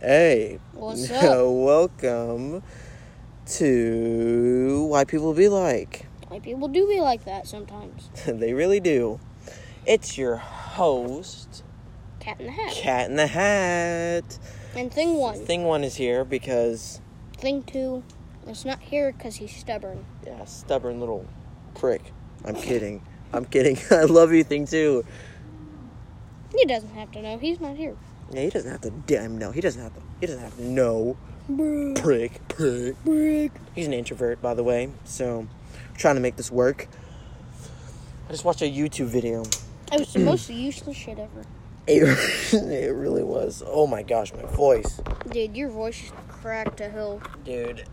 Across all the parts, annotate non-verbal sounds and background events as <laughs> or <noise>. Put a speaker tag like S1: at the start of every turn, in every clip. S1: Hey. <laughs>
S2: What's up?
S1: Welcome to Why People Be Like. <laughs>
S2: Like people do be like that sometimes.
S1: they really do. It's your host,
S2: Cat in the hat.
S1: Cat in the Hat.
S2: And thing one,
S1: Thing one is here because,
S2: thing two, it's not here because he's stubborn.
S1: yeah, stubborn little prick. I'm kidding. I'm kidding. <laughs> I love you, Thing two.
S2: He doesn't have to know. He's not here.
S1: Yeah, he doesn't have to damn no. He doesn't have to. He doesn't have to know.
S2: Bro,
S1: Prick, prick.
S2: brick.
S1: He's an introvert, by the way, so trying to make this work. I just watched a YouTube video. <laughs>
S2: It was
S1: <clears throat>
S2: the most useless shit ever.
S1: It, it really was. Oh my gosh, my voice.
S2: Dude, your voice is cracked to hell.
S1: Dude.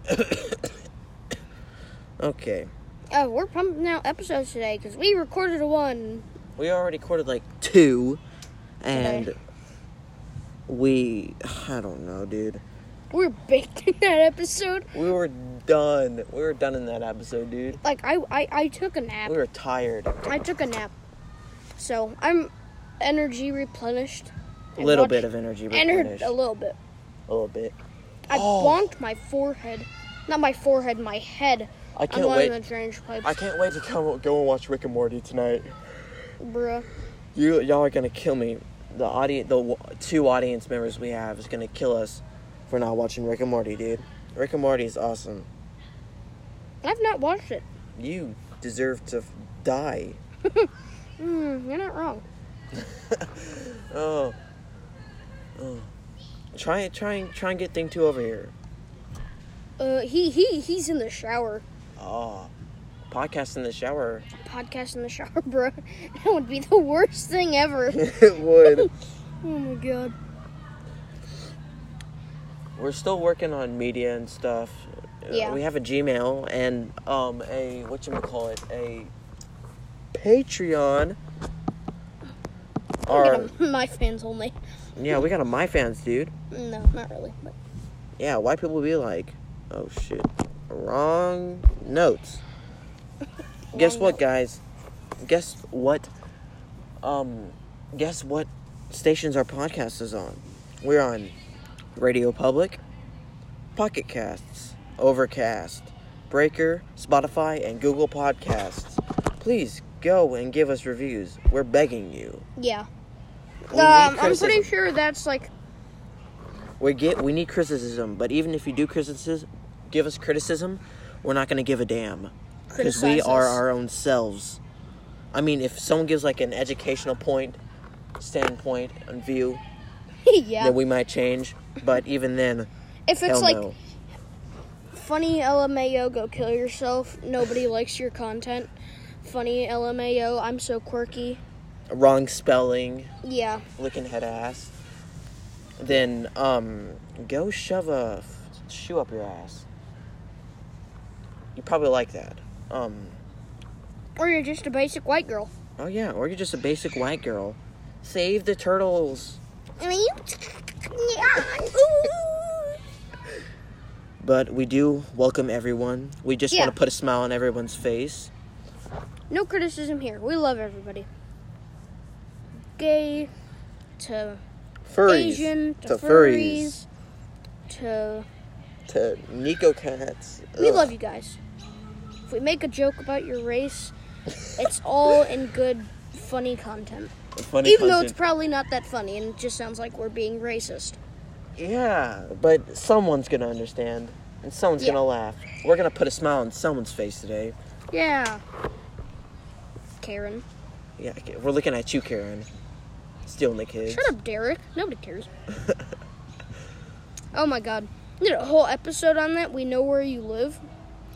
S1: <coughs> okay.
S2: Oh, we're pumping out episodes today because we recorded a one.
S1: We already recorded like two, and
S2: Today.
S1: we. I don't know, dude.
S2: We're baked in <laughs> that episode.
S1: We were done. We were done in that episode, dude.
S2: Like I, I, I took a nap.
S1: We were tired.
S2: I took a nap, so I'm energy replenished.
S1: A
S2: I
S1: little
S2: watched-
S1: bit of energy
S2: Entered
S1: replenished.
S2: a little bit.
S1: A little bit.
S2: I
S1: Oh.
S2: bonked my forehead. Not my forehead, my head.
S1: I
S2: I'm
S1: can't
S2: on the
S1: wait.
S2: drainage pipes.
S1: I can't wait to come, go and watch Rick and Morty tonight.
S2: Bruh.
S1: You y'all are gonna kill me. The audience, the w- two audience members we have is gonna kill us for not watching Rick and Morty, dude. Rick and Morty is awesome.
S2: I've not watched it.
S1: You deserve to f- die.
S2: Mm, you're not wrong.
S1: Oh. oh. Try try and try and get thing two over here.
S2: Uh, he he he's in the shower.
S1: Oh. Podcast in the <laughs> shower.
S2: Podcast in the shower, <laughs> bruh. That would be the worst thing ever.
S1: it would.
S2: oh my god.
S1: We're still working on media and stuff. Uh,
S2: Yeah.
S1: We have a Gmail and um a what you call it a Patreon.
S2: Look
S1: Our,
S2: at him. <laughs> My fans only.
S1: yeah, we got a my fans, dude.
S2: No, not really. But
S1: Yeah, white people be like, oh shit, wrong
S2: <laughs>
S1: notes. guess
S2: Wrong
S1: what,
S2: note.
S1: guys? Guess what? Um, guess what stations our podcast is on? We're on Radio Public, Pocket Casts, Overcast, Breaker, Spotify, and Google Podcasts. Please go and give us reviews. We're begging you.
S2: yeah.
S1: We need
S2: Um, I'm
S1: criticism.
S2: pretty sure that's like <laughs>
S1: We get we need criticism, but even if you do criticism, give us criticism, we're not gonna give a damn because we
S2: Criticize
S1: are
S2: us.
S1: our own selves. I mean, if someone gives like an educational point, standpoint, and view,
S2: yeah.
S1: then we might change. But even then,
S2: if it's
S1: hell
S2: like
S1: no.
S2: funny LMAO, go kill yourself. Nobody <laughs> likes your content. Funny LMAO, I'm so quirky.
S1: Wrong spelling,
S2: Yeah.
S1: licking head ass. Then um, go shove a f- shoe up your ass. You probably like that. Um,
S2: Or you're just a basic white girl.
S1: oh yeah, or you're just a basic white girl. Save the turtles.
S2: I mean, you-
S1: But we do welcome everyone. We just
S2: Yeah.
S1: want to put a smile on everyone's face.
S2: no criticism here. We love everybody. Gay to Asian to, furries. to
S1: to Nico cats.
S2: we
S1: <laughs>
S2: love you guys. If we make a joke about your race, it's all in good, funny content.
S1: Funny
S2: Even though it's
S1: content.
S2: probably not that funny, and it just sounds like we're being racist.
S1: yeah, but someone's gonna understand and someone's
S2: Yeah.
S1: gonna laugh. We're gonna put a smile on someone's face today.
S2: Yeah. Karen.
S1: Yeah, okay, we're looking at you, Karen. Stealing the kids.
S2: Shut up, Derek. Nobody cares. oh my god. We Did a whole episode on that. We know where you live.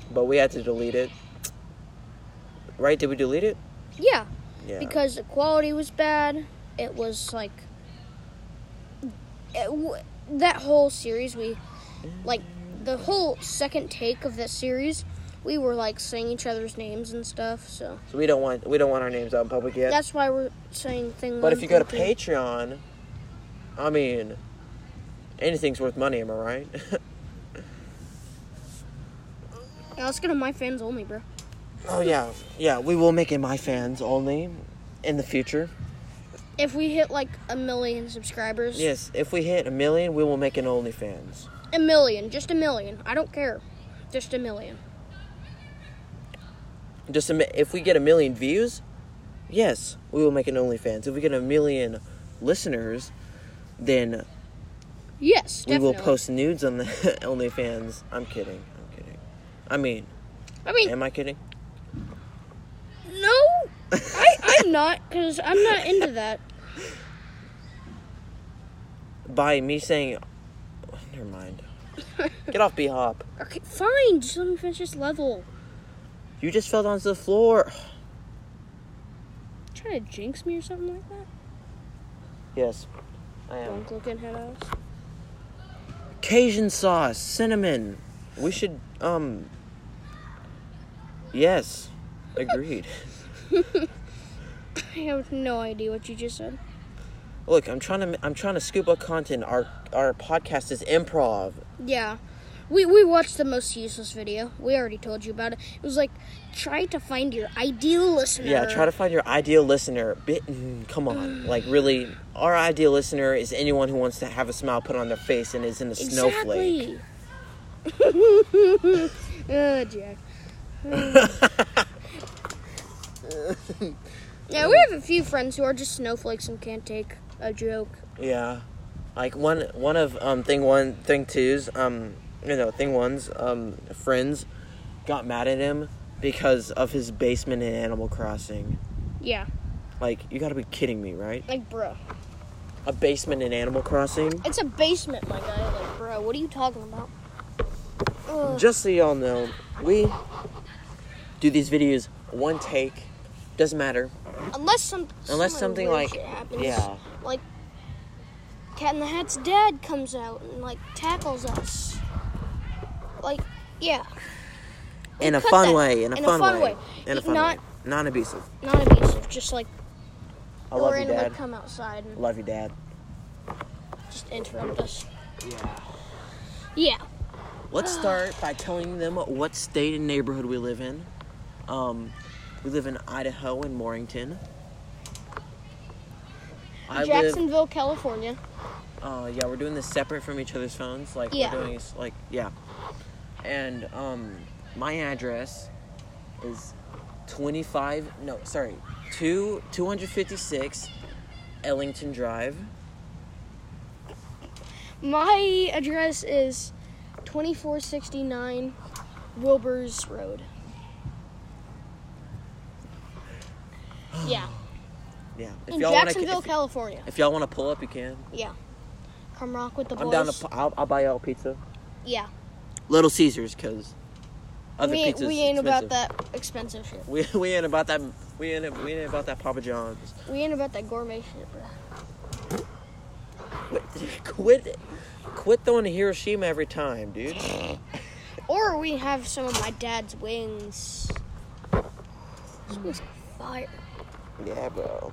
S1: But we had to delete it. Right? Did we delete it?
S2: Yeah,
S1: Yeah.
S2: because the quality was bad. It was like it w- that whole series we like the whole second take of that series. We were like saying each other's names and stuff, so
S1: so we don't want we don't want our names out in public yet.
S2: that's why we're saying things.
S1: But if you go to Patreon, I mean, anything's worth money, am I right? <laughs>
S2: yeah, let's go to my fans only, bro.
S1: oh yeah, yeah. We will make it my fans only in the future.
S2: If we hit like a million subscribers,
S1: Yes, if we hit a million, we will make an OnlyFans.
S2: a million, just a million. I don't care, just a million.
S1: Just a, mi- if we get a million views, yes, we will make an OnlyFans. If we get a million listeners, then
S2: Yes,
S1: we
S2: definitely.
S1: will post nudes on the <laughs> OnlyFans. I'm kidding. I'm kidding. I mean,
S2: I mean,
S1: am I kidding?
S2: no, I I'm not because I'm not into that.
S1: By me saying, never mind. Get off B Hop.
S2: Okay, fine. Just let me finish this level.
S1: You just fell onto the floor. <sighs>
S2: Trying to jinx me or something like that.
S1: Yes, I am.
S2: Dunk looking head ass.
S1: Cajun sauce, cinnamon. We should, um. Yes, agreed.
S2: I have no idea what you just said.
S1: Look, I'm trying to I'm trying to scoop up content. Our our podcast is improv.
S2: Yeah. We, we watched the most useless video. We already told you about it. It was like, try to find your ideal listener.
S1: Yeah, try to find your ideal listener. Bit, mm, come on, like really, our ideal listener is anyone who wants to have a smile put on their face and is in a snowflake.
S2: Exactly.
S1: <laughs>
S2: oh, Jack. yeah, we have a few friends who are just snowflakes and can't take a joke.
S1: Yeah, like one one of um thing one thing two's um you know thing one's um friends got mad at him because of his basement in Animal Crossing.
S2: Yeah.
S1: Like you got to be kidding me, right?
S2: Like, bro.
S1: A basement in Animal Crossing.
S2: It's a basement, my guy. Like, bro, what are you talking about? Ugh.
S1: Just so y'all know, we do these videos one take. Doesn't matter.
S2: Unless some
S1: Unless
S2: some
S1: something
S2: weird
S1: like-
S2: shit happens.
S1: Yeah.
S2: like Cat in the Hat's dad comes out and like tackles us. Like, yeah,
S1: In a
S2: cut
S1: fun
S2: that.
S1: way. In a fun way. In a
S2: It
S1: fun
S2: not-
S1: way. Non abusive.
S2: not abusive, just like
S1: I love you,
S2: randomly
S1: Dad.
S2: come outside and
S1: Love you, Dad.
S2: just interrupt us.
S1: Yeah.
S2: Yeah,
S1: Let's start by telling them what state and neighborhood we live in. Um, we live in Idaho in Morrington. I live.
S2: Jacksonville, California.
S1: Uh, yeah, we're doing this separate from each other's phones. Like
S2: Yeah.
S1: we're doing this, like yeah. And um, my address is twenty five. No, sorry, two two hundred fifty six Ellington Drive.
S2: My address is 2469 Wilbur's
S1: <gasps>
S2: Road. Yeah,
S1: Yeah. If
S2: in
S1: wanna-
S2: Jacksonville,
S1: if-
S2: California.
S1: If y'all want to pull up, you can.
S2: Yeah, come rock with the boys.
S1: I'm down to. pu- I'll, I'll buy y'all pizza.
S2: yeah.
S1: Little Caesars, cause other
S2: we,
S1: pizzas
S2: we
S1: expensive.
S2: ain't about that expensive shit.
S1: We, <laughs> we ain't about that. We ain't we ain't about that Papa John's. <laughs>
S2: We ain't about that gourmet shit, bro.
S1: Quit, quit, quit throwing to Hiroshima every time, dude.
S2: Or we have some of my dad's wings. This was fire.
S1: Yeah, bro.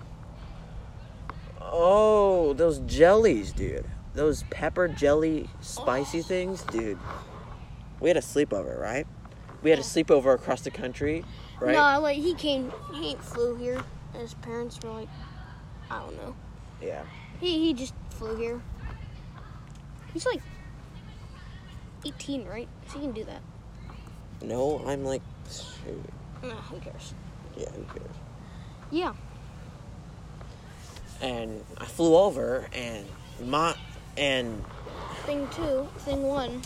S1: Oh, those jellies, dude. Those pepper jelly
S2: Oh.
S1: spicy things, dude. We had a sleepover, right? We had a sleepover across the country, right?
S2: No, like he came, he ain't flew here. And his parents were like, I don't know.
S1: Yeah.
S2: He he just flew here. He's like 18, right? So he can do that.
S1: No, I'm like, shoot.
S2: Nah, who cares?
S1: Yeah, who cares?
S2: Yeah.
S1: And I flew over, and my and
S2: Thing two, thing one.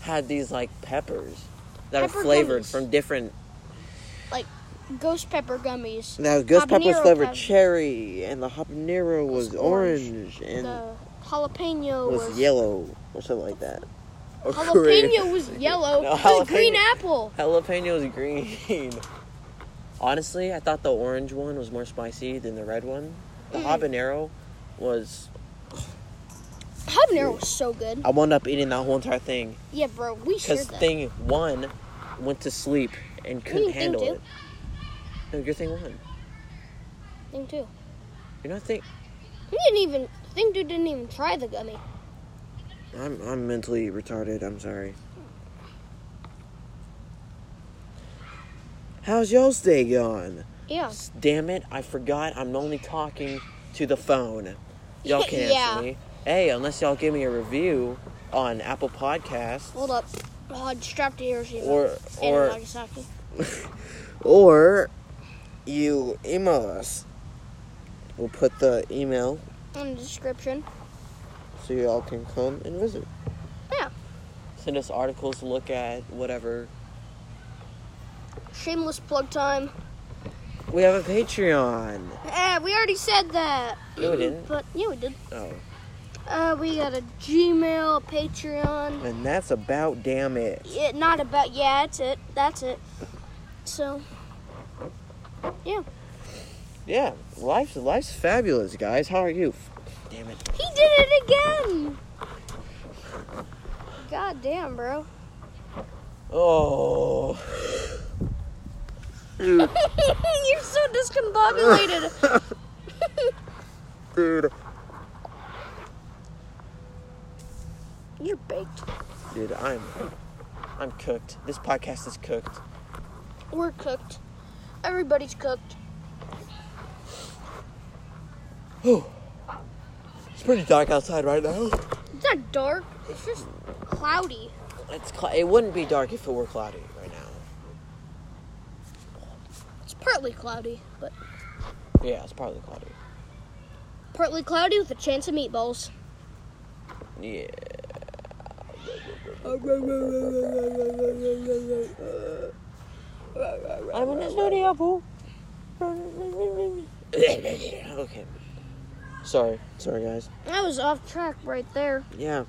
S1: had these like peppers that are
S2: Pepper
S1: flavored
S2: gummies.
S1: from different.
S2: Ghost pepper gummies.
S1: Now, ghost pepper was
S2: Habanero
S1: flavored
S2: pep-
S1: cherry, and the habanero was,
S2: Was
S1: orange, and
S2: The jalapeno
S1: was, yellow <laughs> or something like that. Or
S2: Jalapeno
S1: green. <laughs>
S2: was yellow.
S1: No,
S2: it was a green
S1: jalapeno-
S2: apple.
S1: Jalapeno was green. Honestly, I thought the orange one was more spicy than the red one. The
S2: Mm-hmm.
S1: habanero was.
S2: Habanero was so good.
S1: I wound up eating that whole entire thing
S2: Yeah, bro, we shared
S1: because
S2: that.
S1: thing one went to sleep and couldn't
S2: mean thing
S1: handle
S2: two?
S1: it. No, your thing one.
S2: thing two.
S1: You're not think.
S2: He didn't even. Thing dude didn't even try the gummy.
S1: I'm I'm mentally retarded. I'm sorry. How's y'all's day going?
S2: Yeah.
S1: S- Damn it, I forgot I'm only talking to the
S2: <laughs>
S1: phone. Y'all can't
S2: Yeah.
S1: answer me. Hey, unless y'all give me a review on Apple Podcasts.
S2: Hold up. Pod strapped to Hiroshima
S1: Or-
S2: and
S1: or-
S2: Nagasaki.
S1: Or you email us. We'll put the email
S2: In the description.
S1: so y'all can come and visit.
S2: Yeah.
S1: Send us articles, look at whatever.
S2: Shameless plug time.
S1: We have a Patreon.
S2: Eh, we already said that.
S1: No, we didn't.
S2: But yeah, we did.
S1: Oh,
S2: Uh, we got a Gmail, Patreon.
S1: and that's about damn it.
S2: It, not about. Yeah, that's it. That's it. So
S1: Yeah, life's life's fabulous, guys. How are you? F- Damn it.
S2: he did it again. God damn, bro. <laughs>
S1: Oh. Dude,
S2: You're so discombobulated.
S1: <laughs>
S2: <laughs>
S1: dude,
S2: You're baked.
S1: dude. I'm, I'm cooked. This podcast is cooked.
S2: We're cooked. Everybody's cooked.
S1: It's pretty dark outside right now.
S2: It's not dark. It's just cloudy.
S1: It's cl- it wouldn't be dark if it were cloudy right now.
S2: It's partly cloudy, but
S1: Yeah, it's probably cloudy.
S2: partly cloudy with a chance of meatballs.
S1: Yeah. I'm in the studio, boo. <coughs> okay. Sorry. Sorry, guys.
S2: I was off track right there.
S1: Yeah.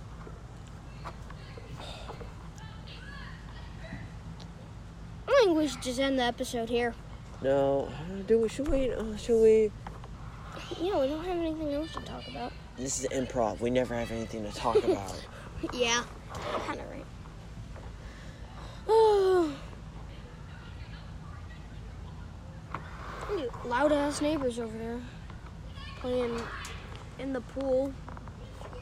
S2: I think we should just end the episode here.
S1: No. Do we? Should we? Uh, should we?
S2: Yeah, we don't have anything else to talk about. <laughs>
S1: This is improv. We never have anything to <laughs> talk about.
S2: Yeah, kind of right. <sighs> Oh. Loud ass neighbors over there playing in the pool. It's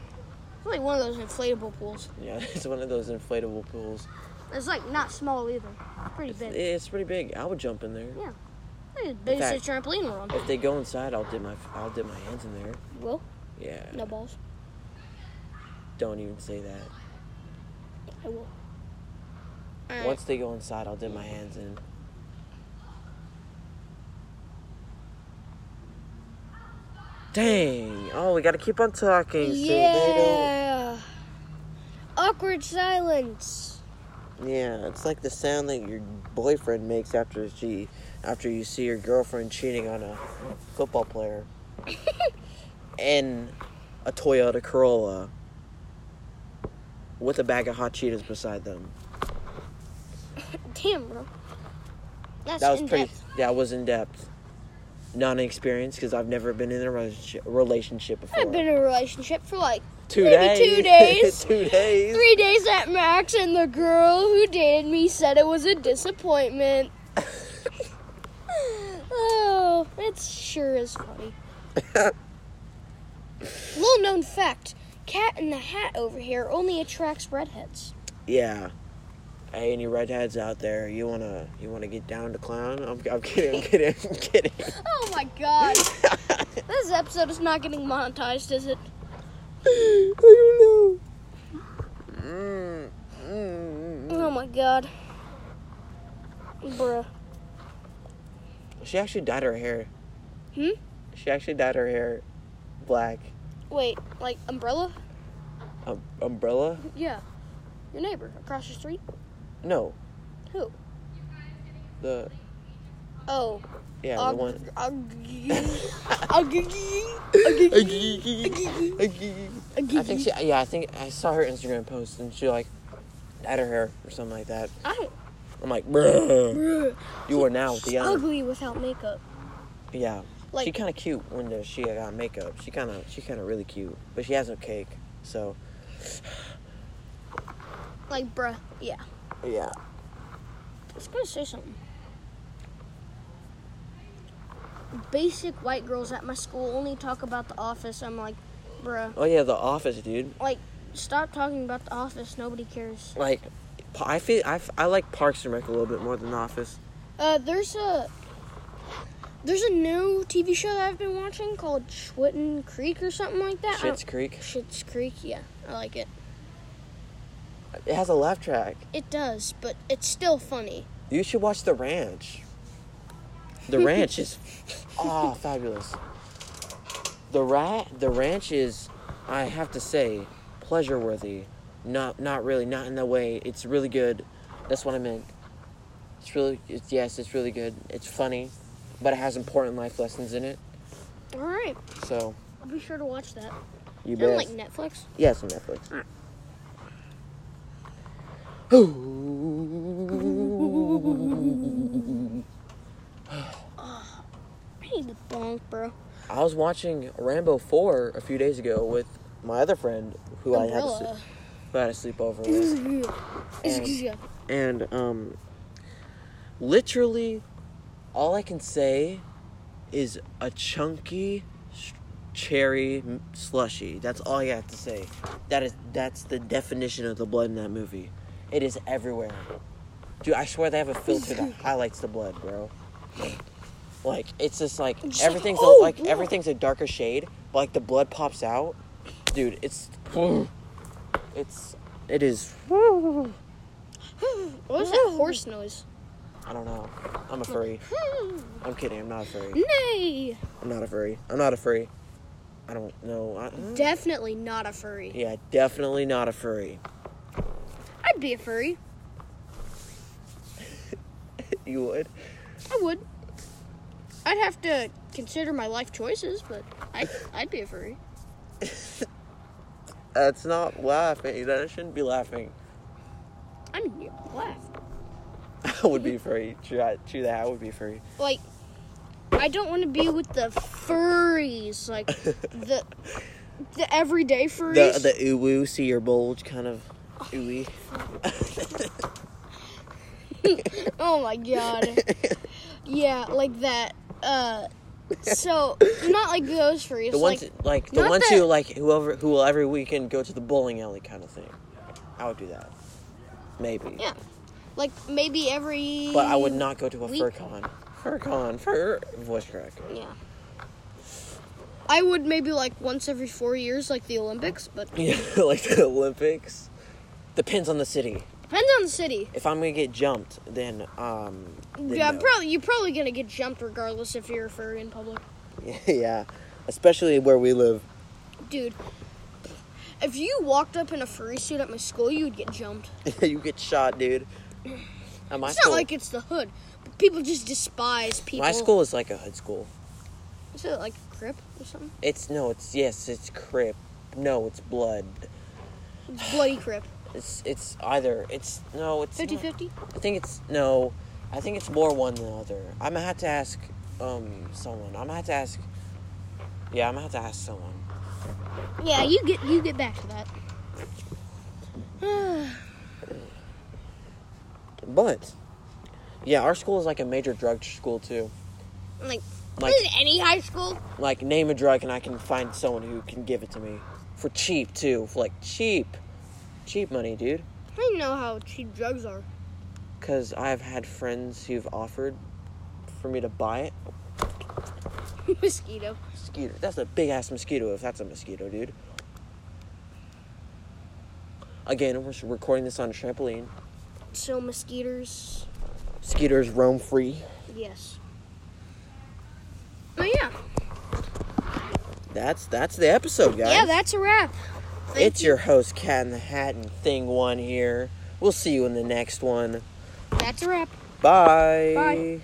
S2: like one of those inflatable pools.
S1: yeah, <laughs> it's one of those inflatable pools.
S2: It's like not small either. It's pretty big.
S1: It's pretty big. I would jump in there.
S2: It's the biggest
S1: fact-
S2: trampoline we're on.
S1: If they go inside, I'll dip my I'll dip my hands in there.
S2: Well,
S1: Yeah.
S2: no balls.
S1: Don't even say that.
S2: I will. Alright.
S1: Once they go inside, I'll dip my hands in. Dang! Oh, we gotta keep on talking. so they
S2: Yeah. Awkward silence.
S1: don't- yeah, it's like the sound that your boyfriend makes after she, after you see your girlfriend cheating on a football
S2: <laughs>
S1: player, in a Toyota Corolla, with a bag of hot Cheetos beside them.
S2: Damn, bro. That's
S1: that was
S2: in
S1: pretty.
S2: depth.
S1: That was in depth. Not an experience because I've never been in a relationship, relationship before.
S2: I've been in a relationship for like
S1: two
S2: maybe two days.
S1: two days. <laughs>
S2: three days at max, and the girl who dated me said it was a disappointment. <sighs> oh, it sure is
S1: <laughs>
S2: funny. Little known fact Cat in the Hat over here only attracts redheads.
S1: Yeah. Hey, any redheads out there? You wanna you wanna get down to clown? I'm, I'm kidding. I'm kidding. <laughs> I'm kidding.
S2: Oh my god. this episode is not getting monetized, is it?
S1: <laughs> I don't know. Mm, mm, mm.
S2: Oh my god. Bruh.
S1: She actually dyed her hair.
S2: Hmm?
S1: She actually dyed her hair black.
S2: Wait, like umbrella?
S1: Um, umbrella?
S2: Yeah. Your neighbor across the street?
S1: No.
S2: Who?
S1: The
S2: Oh.
S1: yeah the one.
S2: Ugg- ugg- ugg- ugg- ugg-
S1: I think
S2: ugg-
S1: she, yeah, I think I saw her Instagram post and she like dyed her hair or something like that.
S2: I don't.
S1: I'm like, bruh,
S2: Bruh.
S1: you are now
S2: She's
S1: the other.
S2: ugly without makeup.
S1: Yeah, she
S2: Oh. Like,
S1: kind of cute when the, she got makeup. She kind of, she kind of really cute, but she has no cake. So
S2: like, bruh. Yeah.
S1: yeah,
S2: I was gonna say something. Basic white girls at my school only talk about the office. I'm like, bruh.
S1: oh yeah, The Office, dude.
S2: Stop talking about the office. Nobody cares.
S1: Like, pa- I feel I, f- I like Parks and Rec a little bit more than The Office.
S2: Uh, there's a Uh, There's a new TV show that I've been watching called Schwitten Creek or something like that. I don't-
S1: Shit's Creek.
S2: Schitt's Creek, yeah, I like it.
S1: It has a laugh track.
S2: It does, but it's still funny.
S1: You should watch The Ranch. The Ranch is ah fabulous. The rat The Ranch is I have to say pleasure worthy. Not not really not in that way. It's really good. That's what I meant. It's really it's, yes, it's really good. It's funny, but it has important life lessons in it.
S2: All right,
S1: So
S2: I'll be sure to watch that.
S1: you
S2: Is it
S1: bet.
S2: on, like Netflix?
S1: Yeah, it's on Netflix.
S2: I need the bonk, bro.
S1: I was watching Rambo 4 a few days ago with my other friend who I had to
S2: Umbrella.
S1: sleep, who I had to sleep over with.
S2: Yeah.
S1: And um literally all I can say is a chunky sh- cherry m- slushy. That's all I have to say. That is that's the definition of the blood in that movie. It is everywhere. Dude, I swear they have a filter <laughs> that highlights the blood, bro. Like it's just like
S2: It's like,
S1: everything's
S2: "Oh,
S1: a, like
S2: blood."
S1: everything's a darker shade, but like the blood pops out. Dude, <gasps> it's it's it is
S2: <laughs> What was that horse noise?
S1: I don't know. I'm a furry. I'm kidding. I'm not a furry.
S2: <laughs> Nay!
S1: I'm not a furry. I'm not a furry. I don't know. I,
S2: Definitely not a furry.
S1: yeah, definitely not a furry. <laughs>
S2: I'd be a furry.
S1: You would?
S2: I would. I'd have to consider my life choices, but I, I'd be a furry.
S1: That's not laughing. That shouldn't be laughing. <laughs>
S2: I mean, you laugh.
S1: I would be furry. True, I- true that. I would be furry. <laughs>
S2: Like, I don't want to be with the furries, like the the everyday furries.
S1: The the uwu, see your bulge kind of <laughs> ooey.
S2: Oh
S1: <laughs>
S2: my god. yeah, like that. Uh, so not like those furries.
S1: The ones
S2: like,
S1: like, the
S2: not
S1: ones
S2: that-
S1: who like whoever who will every weekend go to the bowling alley kind of thing. I would do that. Maybe.
S2: yeah, like maybe every.
S1: But I would not go to a
S2: We-
S1: fur con. Fur con. Fur voice crack.
S2: Yeah. I would maybe like once every four years, like the Olympics, but
S1: Yeah, <laughs> like the Olympics. Depends on the city.
S2: depends on the city.
S1: If I'm gonna get jumped, then um. then
S2: yeah,
S1: no.
S2: probably you're probably gonna get jumped regardless if you're a furry in public,
S1: <laughs> yeah, especially where we live. <laughs>
S2: dude. If you walked up in a furry suit at my school, you would get jumped.
S1: you get shot, dude. At my
S2: It's
S1: school,
S2: not like it's the hood. But people just despise people.
S1: my school is like a hood school.
S2: Is it like Crip or something?
S1: It's no, it's yes, it's crip. No, it's blood.
S2: It's Bloody Crip.
S1: It's it's either it's no, it's not-
S2: 50 50?
S1: I think it's no. I think it's more one than the other. I'm gonna have to ask um someone. I'm gonna have to ask. Yeah, I'm gonna have to ask someone.
S2: Yeah, you get you get back to that. <sighs>
S1: But yeah, our school is like a major drug school too.
S2: like,
S1: Like-
S2: this is any high school.
S1: Like name a drug and I can find someone who can give it to me for cheap too. For like cheap, cheap money, dude.
S2: I know how cheap drugs are. <laughs>
S1: Cause I've had friends who've offered for me to buy it.
S2: Mosquito.
S1: Mosquito. That's a big ass mosquito. If that's a mosquito, dude. Again, we're recording this on a trampoline.
S2: So mosquitoes.
S1: Mosquitoes roam free.
S2: Yes. Oh yeah.
S1: That's that's the episode, guys.
S2: Yeah, that's a wrap. Thank
S1: it's
S2: you.
S1: your host Cat in the Hat and Thing One here. We'll see you in the next one.
S2: That's a wrap.
S1: Bye.
S2: Bye.